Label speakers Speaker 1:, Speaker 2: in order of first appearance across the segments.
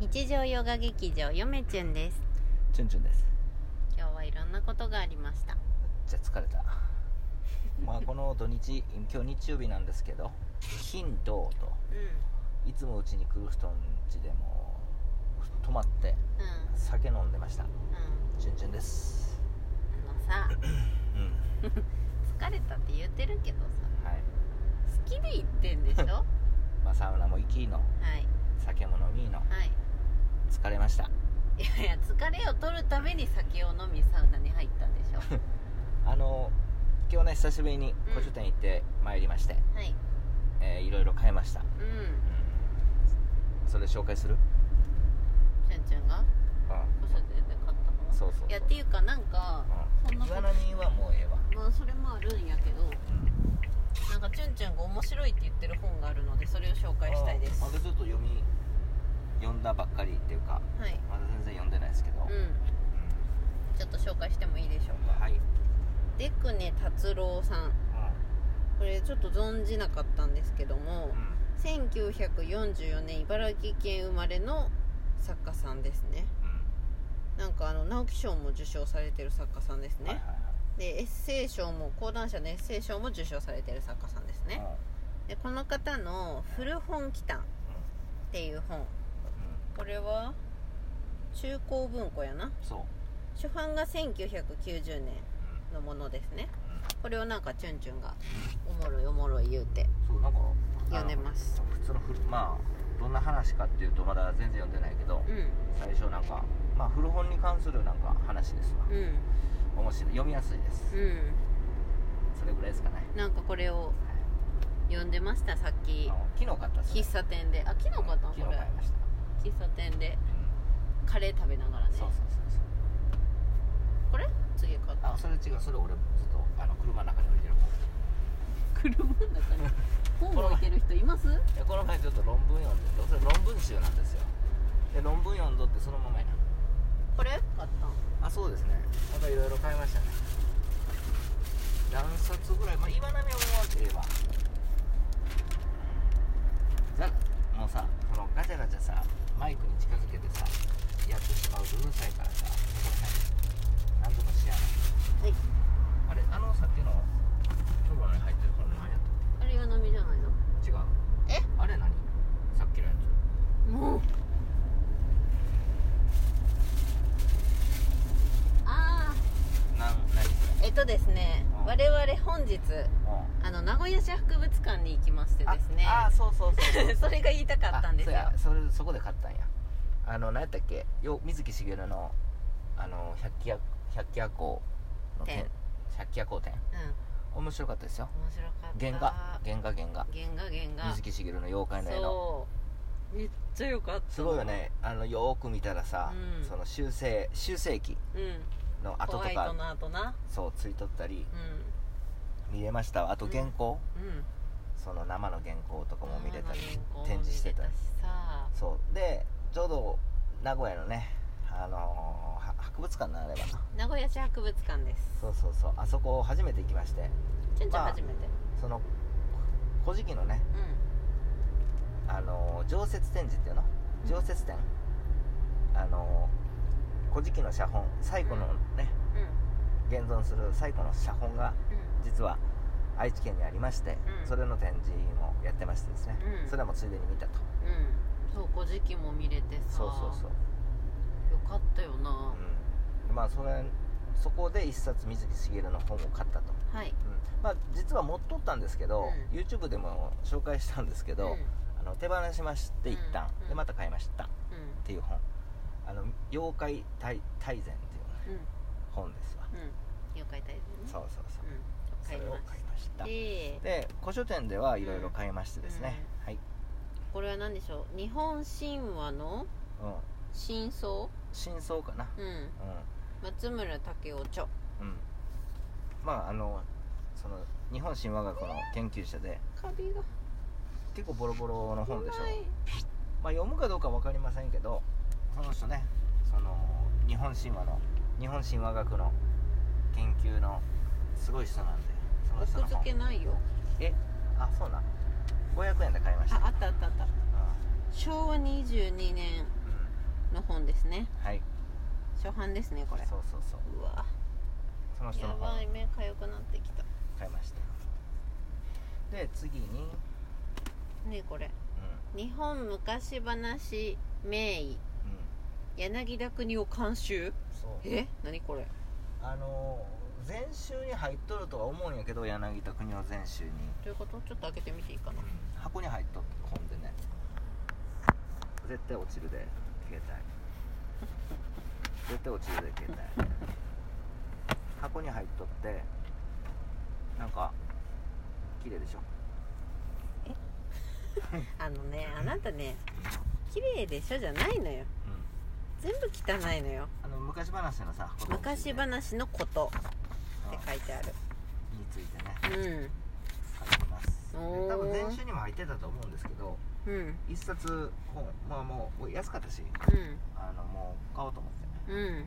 Speaker 1: 日常ヨガ劇場よめちゅんです
Speaker 2: チュンチュンです
Speaker 1: 今日はいろんなことがありました
Speaker 2: じゃ疲れた まあこの土日今日日曜日なんですけど金土と
Speaker 1: うん
Speaker 2: いつもうちに来る人ん家でもう泊まって
Speaker 1: うん
Speaker 2: 酒飲んでました
Speaker 1: う
Speaker 2: チュンチュンです
Speaker 1: んあのさ
Speaker 2: うん
Speaker 1: 疲れたって言ってるけどさ
Speaker 2: はい
Speaker 1: 好きで言ってんで しょは
Speaker 2: まあサウナも行きいいの
Speaker 1: い
Speaker 2: 酒も飲みいいの
Speaker 1: はい
Speaker 2: 疲れました
Speaker 1: いやいや疲れを取るために酒を飲みサウナに入ったんでしょ
Speaker 2: あの今日ね久しぶりに古書店行ってまいりまして、
Speaker 1: はい
Speaker 2: えーいろいろ買いました、うん
Speaker 1: うん
Speaker 2: それ紹介する
Speaker 1: ちゃんちゃんが
Speaker 2: う
Speaker 1: 古書店で買ったの
Speaker 2: んそうそうそう
Speaker 1: いやっていうかなんか
Speaker 2: う
Speaker 1: そん
Speaker 2: ん
Speaker 1: なこ
Speaker 2: 岩波はもうええわ、
Speaker 1: とまあそれもあるんやけど
Speaker 2: うん
Speaker 1: なんかちゅんちゅんが面白いって言ってる本があるのでそれを紹介したいです
Speaker 2: あま
Speaker 1: は
Speaker 2: だちょっと読み読んだばっかりっていうか
Speaker 1: い
Speaker 2: まだ全然読んでないですけど、うん
Speaker 1: うんちょっと紹介してもいいでしょうか
Speaker 2: はい、うん、
Speaker 1: デクネ達郎さんこれちょっと存じなかったんですけども
Speaker 2: う
Speaker 1: 1944年茨城県生まれの作家さんですね
Speaker 2: んうん
Speaker 1: なんかあの直木賞も受賞されてる作家さんです
Speaker 2: はいはい
Speaker 1: ね
Speaker 2: は
Speaker 1: でエッセイ賞も講談社のエッセイ賞も受賞されてる作家さんです
Speaker 2: い
Speaker 1: ねでこの方の「古本祈譚」っていう本
Speaker 2: うん
Speaker 1: これは中高文庫やな
Speaker 2: うんそう、
Speaker 1: 初版が1990年のものですねこれをなんかチュンチュンがおもろいおもろい言うて
Speaker 2: うん、そうなんか
Speaker 1: 読んでます
Speaker 2: あの普通の古まあどんな話かっていうとまだ全然読んでないけど、
Speaker 1: うん
Speaker 2: 最初なんかまあ古本に関するなんか話ですわ、
Speaker 1: うん
Speaker 2: 面白い読みやすいです、
Speaker 1: う
Speaker 2: それぐらいですかね、
Speaker 1: んなんかこれを
Speaker 2: はい
Speaker 1: 読んでましたさっき
Speaker 2: あの昨日買ったっすね
Speaker 1: 喫茶店であ昨日買ったのこ
Speaker 2: 昨日買いました、
Speaker 1: れ喫茶店で
Speaker 2: うん
Speaker 1: カレー食べながらね
Speaker 2: そうそうそうそう
Speaker 1: これ次買った
Speaker 2: あそれ違うそれ俺ずっとあの車の中に置いてる
Speaker 1: 車の中に 本置いてる人いますうん
Speaker 2: でこの前ちょっと論文読んでてそれ論文集なんですよで論文読んどってそのままや
Speaker 1: これ買ったん
Speaker 2: なあそうですねなんかいろいろ買いましたね何冊ぐらいまあ今波を終わければざもうさこのガチャガチャさマイクに近づけてさやってしまうとうるさいからさ何とかしや
Speaker 1: はい
Speaker 2: なあれあのさっきのところに入ってるこの何やっ
Speaker 1: あれが飲みじゃないの
Speaker 2: た違う
Speaker 1: え
Speaker 2: あれ何さっきのやつ
Speaker 1: もうああ
Speaker 2: なん何それ
Speaker 1: えっとですね
Speaker 2: うん
Speaker 1: 我々本日あの名古屋市博物館に行きましてですね
Speaker 2: ああそうそうそうそ う
Speaker 1: それが言いたかったんですよ
Speaker 2: あそうやそれそこで買ったんやあの何やったっけよ水木しげるのあの百鬼夜百鬼夜行の
Speaker 1: 展
Speaker 2: 展百鬼夜行展
Speaker 1: う
Speaker 2: 面白かったですよ
Speaker 1: ん面白かった
Speaker 2: 原画原画原画
Speaker 1: 原画原
Speaker 2: 水木しげるの妖怪の絵の
Speaker 1: そうめっちゃ良かった
Speaker 2: すごいよねあのよーく見たらさ、
Speaker 1: うん
Speaker 2: その修正修正期
Speaker 1: うん
Speaker 2: の
Speaker 1: ホ
Speaker 2: 跡と
Speaker 1: ワイト
Speaker 2: か
Speaker 1: の後な
Speaker 2: そうついとったり
Speaker 1: う
Speaker 2: 見れましたわあと原稿、
Speaker 1: んうん
Speaker 2: その生の原稿とかも見れたり
Speaker 1: 生の原稿も
Speaker 2: 展示してたり
Speaker 1: 見れしさ
Speaker 2: そうでちょうど名古屋のねあのーは博物館のあればな
Speaker 1: 名古屋市博物館です
Speaker 2: そうそうそうあそこを初めて行きまして
Speaker 1: ちゅんちゃん
Speaker 2: まあ
Speaker 1: 初めて
Speaker 2: その古事記のねあのー常設展示っていうの
Speaker 1: うん
Speaker 2: 常設展、あのー古事記の写本最古のね、
Speaker 1: うんうん
Speaker 2: 現存する最古の写本が実は愛知県にありまして、
Speaker 1: うん
Speaker 2: それの展示もやってましてですね、
Speaker 1: うん
Speaker 2: それもついでに見たと
Speaker 1: うんうんそう古事記も見れてさ
Speaker 2: そうそうそう
Speaker 1: よかったよな
Speaker 2: うん、まあそれそこで一冊水木しげるの本を買ったと、
Speaker 1: はい
Speaker 2: うんまあ実は持っとったんですけど、
Speaker 1: う
Speaker 2: YouTube でも紹介したんですけど、
Speaker 1: うん
Speaker 2: あの手放しまして一旦、
Speaker 1: うんうん
Speaker 2: でまた買いましたっ
Speaker 1: うん
Speaker 2: ていう本あの妖怪大大全っていう本ですわ、
Speaker 1: うんうん妖怪大全ね
Speaker 2: そうそうそうう、
Speaker 1: ん
Speaker 2: そ
Speaker 1: 買い
Speaker 2: れを
Speaker 1: ま
Speaker 2: 買い
Speaker 1: し
Speaker 2: ましたた
Speaker 1: で
Speaker 2: で古書店ではいろいろ買いましてですね、はい、
Speaker 1: これは何でしょう日本神話の
Speaker 2: うん、
Speaker 1: 真相
Speaker 2: 真相かな
Speaker 1: うん松村武夫著
Speaker 2: うんうんまああのその日本神話学の研究者で
Speaker 1: カビが
Speaker 2: 結構ボロボロの本でしょ
Speaker 1: うまい
Speaker 2: まあ、読むかどうか分かりませんけどその人ねその日本神話の日本神話学の研究のすごい人なんでその人の
Speaker 1: 奥付け
Speaker 2: 本
Speaker 1: ないよ
Speaker 2: えあそうなん500円で買いました
Speaker 1: ああったあったあった
Speaker 2: う
Speaker 1: 昭和22年
Speaker 2: んうん
Speaker 1: ね
Speaker 2: はい
Speaker 1: 初版ですねこれ
Speaker 2: そうそうそう
Speaker 1: うわ
Speaker 2: その人の
Speaker 1: や
Speaker 2: 本
Speaker 1: ばい目かゆくなってきた
Speaker 2: 買いましたで次に、うん、
Speaker 1: ねえこれ日本昔話名医
Speaker 2: うん、
Speaker 1: 柳田国を監修
Speaker 2: そう
Speaker 1: え何これ
Speaker 2: あのー全集に入っとるとは思うんやけど柳田国夫全集に、
Speaker 1: どういうことちょっと開けてみていいかな
Speaker 2: 箱に入っとった本でね絶対落ちるで携帯絶対落ちるで携帯箱に入っとってなんか綺麗でしょ
Speaker 1: あのねあなたね綺麗でしょじゃないのよ全部汚いのよ
Speaker 2: あの昔話のさ子供たち
Speaker 1: 昔
Speaker 2: ね
Speaker 1: 話のこと
Speaker 2: うん
Speaker 1: って書いてある
Speaker 2: についてね
Speaker 1: うん
Speaker 2: 書いてますで
Speaker 1: おー
Speaker 2: 多分全集にも入ってたと思うんですけど
Speaker 1: うん
Speaker 2: 一冊本まあもう安かったしあのもう買おうと思って
Speaker 1: うんうん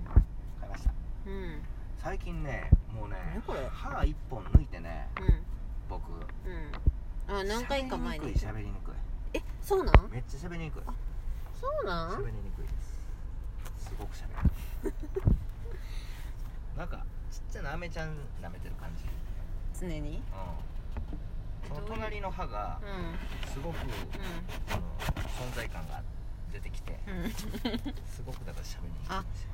Speaker 2: 買いました
Speaker 1: うんうん
Speaker 2: 最近ねもうね
Speaker 1: 何これ
Speaker 2: 歯一本抜いてね僕
Speaker 1: うんあ何回か前に
Speaker 2: 喋りにくい喋りに
Speaker 1: えそうな
Speaker 2: くい
Speaker 1: ん
Speaker 2: めっちゃ喋りにくい
Speaker 1: そうなん
Speaker 2: 喋りにくいですすごく喋りにく いなんかちっちゃなアメちゃん舐めてる感じ
Speaker 1: 常に
Speaker 2: うんそ
Speaker 1: ど
Speaker 2: の
Speaker 1: ういう
Speaker 2: 隣の歯が
Speaker 1: う
Speaker 2: すごく
Speaker 1: ん
Speaker 2: あの存在感が出てきて
Speaker 1: うんうん
Speaker 2: すごくだから喋りにくいんですよ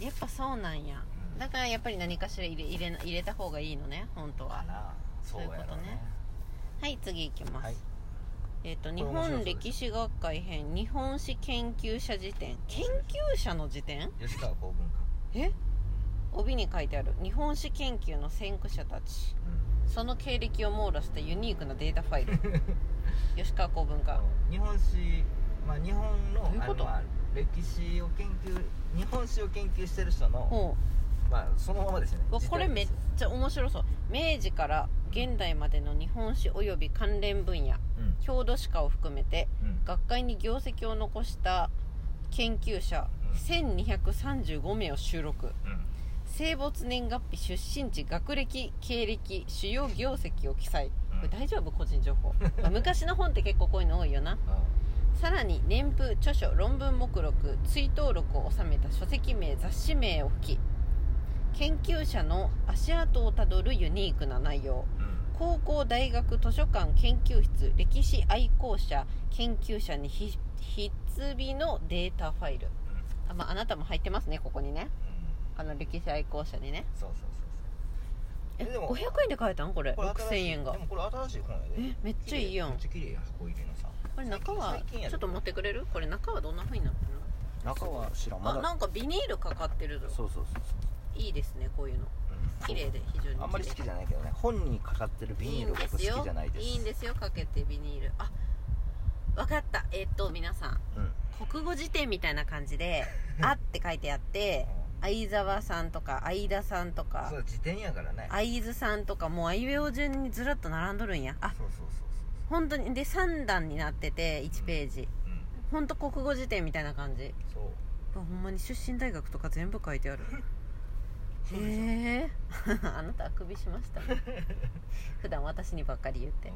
Speaker 1: やっぱそうなんやだからやっぱり何かしら入れ入れな入れた方がいいのね本当
Speaker 2: か
Speaker 1: は
Speaker 2: なそうやろ
Speaker 1: そういうこと
Speaker 2: うね
Speaker 1: ねはい次いきます、
Speaker 2: はい
Speaker 1: えっ、と
Speaker 2: れ
Speaker 1: 日
Speaker 2: 面白そう
Speaker 1: 本
Speaker 2: です
Speaker 1: 歴史学会編日本史研究者辞典研究者の辞典
Speaker 2: 吉川公文館
Speaker 1: え帯に書いてある日本史研究の先駆者たちその経歴を網羅したユニークなデータファイル 吉川公文化
Speaker 2: 日本史、まあ、日本の
Speaker 1: どういうこと
Speaker 2: あのまあ歴史を研究日本史を研究してる人の、
Speaker 1: ほ
Speaker 2: まあ、そのままですね
Speaker 1: うわこれめっ
Speaker 2: 自体
Speaker 1: ちゃ面白そう明治から現代までの日本史及び関連分野
Speaker 2: です
Speaker 1: 郷土史家を含めて
Speaker 2: うんうん
Speaker 1: 学会に業績を残した研究者
Speaker 2: うん
Speaker 1: 1235名を収録
Speaker 2: うん
Speaker 1: 生没年月日出身地学歴経歴主要業績を記載これ大丈夫個人情報まあ昔の本って結構こういうの多いよなさらに年譜著書論文目録追悼録を収めた書籍名雑誌名を吹き研究者の足跡をたどるユニークな内容
Speaker 2: うん
Speaker 1: 高校大学図書館研究室歴史愛好者研究者にひ必備のデータファイルあ,、まああなたも入ってますねここにね
Speaker 2: うん
Speaker 1: あの歴史愛好者にね
Speaker 2: そうそうそ
Speaker 1: え
Speaker 2: うそうえでも
Speaker 1: 500円で買えたんこれ
Speaker 2: これ新し
Speaker 1: 6000
Speaker 2: い
Speaker 1: 円が
Speaker 2: でもこれ新しい本やで
Speaker 1: えめっちゃいいやん
Speaker 2: めっちゃ綺麗やん箱入れのさ
Speaker 1: これ中は
Speaker 2: 最近やで
Speaker 1: ちょっと持ってくれるこれ中はどんな風になってる
Speaker 2: 中は知らん
Speaker 1: の、
Speaker 2: ま
Speaker 1: あ
Speaker 2: だ
Speaker 1: なんかビニールかかってるぞ
Speaker 2: そうそうそう
Speaker 1: いいですねこういうの
Speaker 2: そう
Speaker 1: 綺麗で非常に綺麗
Speaker 2: あんまり好きじゃないけどね本にかかってるビニール僕好きじゃないです
Speaker 1: いいんですよかけてビニールあわかったえっと皆さん
Speaker 2: うん
Speaker 1: 国語辞典みたいな感じ で「あ」って書いてあって相沢さんとか相田さんと
Speaker 2: そ
Speaker 1: か
Speaker 2: う自転やからね
Speaker 1: 会津さんとかもうあいうえお順にずらっと並んどるんやあ
Speaker 2: そうそうそう
Speaker 1: 本当にで3段になってて1ページ
Speaker 2: そううん
Speaker 1: 本当国語辞典みたいな感じ
Speaker 2: そう
Speaker 1: うわほんまに出身大学とか全部書いてあるへえ あなたあくびしま したね普段私にばっかり言って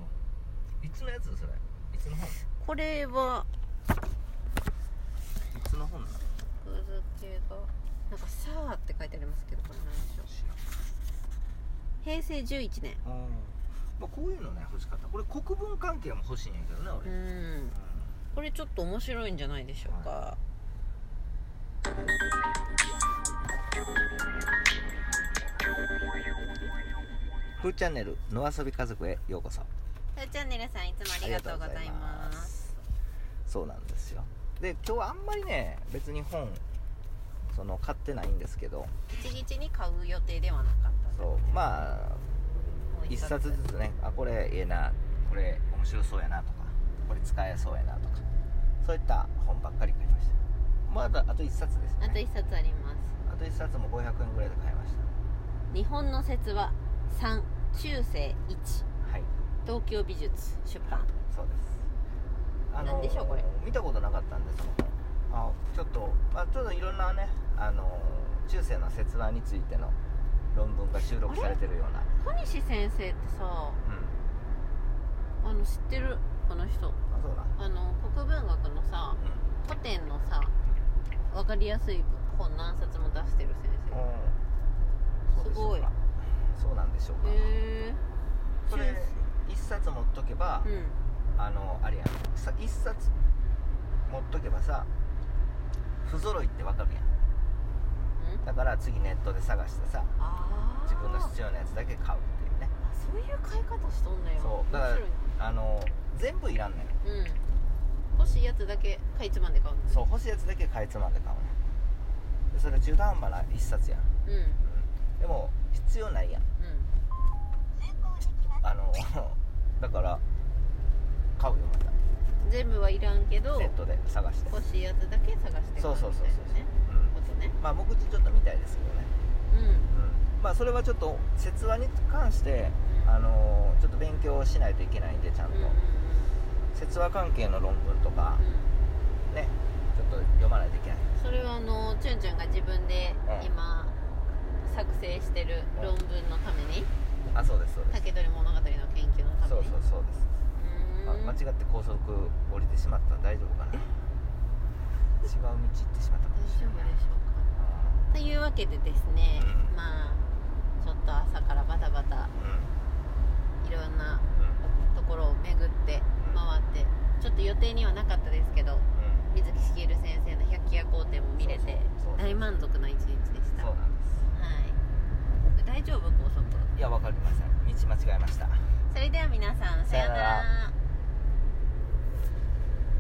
Speaker 2: いつのやつそれいつの本い
Speaker 1: これは
Speaker 2: つの本な
Speaker 1: 「
Speaker 2: の
Speaker 1: くずけが」なんか「さあ」って書いてありますけどこれ何でしょう平成11年
Speaker 2: あーまあこういうのね欲しかったこれ国文関係も欲しいんやけどね
Speaker 1: う
Speaker 2: 俺、
Speaker 1: んこれちょっと面白いんじゃないでしょうか
Speaker 2: フーチャンネルの遊び家族へようこそ
Speaker 1: さあチャンネルさんいつもありがとうございます
Speaker 2: そうなんですよで今日はあんまりね別に本その買ってないんですけど
Speaker 1: 一日に買う予定ではなかった
Speaker 2: そうまあ
Speaker 1: もう
Speaker 2: 一冊ずつねあこれええなこれ面白そうやなとかこれ使えそうやなとかそういった本ばっかり買いましたまだあと1冊ですね
Speaker 1: あと1冊あります
Speaker 2: あと1冊も500円ぐらいで買いまし
Speaker 1: 日本の説は3中世1
Speaker 2: たはい
Speaker 1: 東京美術出版
Speaker 2: そうです
Speaker 1: なんでしょうこれ
Speaker 2: 見たことなかったんですもんあちょっと、まあ、ちょっといろんなねあの中世の説話についての論文が収録されてるような
Speaker 1: 小西先生ってさ
Speaker 2: うん
Speaker 1: あの知ってるこの人
Speaker 2: あそうだ
Speaker 1: あの国文学のさ
Speaker 2: うん
Speaker 1: 古典のさ分かりやすい本何冊も出してる先生
Speaker 2: うんそうでしょうかそうなんでしょうか、
Speaker 1: へえ
Speaker 2: それ一冊持っとけば、
Speaker 1: うん
Speaker 2: あのあれやんさ一冊持っとけばさ不揃いってわかるやん
Speaker 1: うん
Speaker 2: だから次ネットで探してさ
Speaker 1: ああ
Speaker 2: 自分の必要なやつだけ買うっていうね
Speaker 1: あそういう買い方しとんねよ
Speaker 2: そうだから
Speaker 1: 面
Speaker 2: あの全部いらんねん
Speaker 1: 白いねうん欲しいやつだけかいつまんで買うの
Speaker 2: そう欲しいやつだけかいつまんで買うねんでそれ中途半端な一冊やん、
Speaker 1: うんうん
Speaker 2: うん、でも必要ないやんあの だから買うよまた
Speaker 1: 全部はいらんけど
Speaker 2: ネットで探して
Speaker 1: 欲しいやつだけ探して
Speaker 2: そうそうそうそう
Speaker 1: 買みたいなね
Speaker 2: そう、うん
Speaker 1: ことね
Speaker 2: まあ目次ちょっと見たいですけどね、
Speaker 1: うん
Speaker 2: うん、まあそれはちょっと説話に関して
Speaker 1: うん
Speaker 2: あのーちょっと勉強しないといけないんでちゃんと、
Speaker 1: うんうん
Speaker 2: 説話関係の論文とか
Speaker 1: うんうん
Speaker 2: ねちょっと読まないといけない
Speaker 1: それはあのチュンチュンが自分で
Speaker 2: うん
Speaker 1: 今作成してる
Speaker 2: うん
Speaker 1: 論文のために
Speaker 2: あそうですそう
Speaker 1: 「
Speaker 2: です
Speaker 1: 竹取物語」の研究のために
Speaker 2: そうそうそうです、
Speaker 1: うー
Speaker 2: あ
Speaker 1: ん
Speaker 2: 間違って高速降りてしまったら大丈夫かな違う道行ってしまったか
Speaker 1: 大
Speaker 2: もし
Speaker 1: 丈
Speaker 2: れ
Speaker 1: 夫
Speaker 2: ない
Speaker 1: でしょうかというわけでですね、
Speaker 2: うん
Speaker 1: まあちょっと朝からバタバタいろんな
Speaker 2: うんうん
Speaker 1: ところを巡って回ってちょっと予定にはなかったですけど
Speaker 2: うん
Speaker 1: 水木しげる先生の百鬼夜行展も見れて
Speaker 2: そうそうそう
Speaker 1: 大満足な一日でした
Speaker 2: そ
Speaker 1: は
Speaker 2: うなんです
Speaker 1: い大丈夫高速
Speaker 2: いやわかりません道間違えました
Speaker 1: それでは皆さんさような
Speaker 2: さような
Speaker 1: ら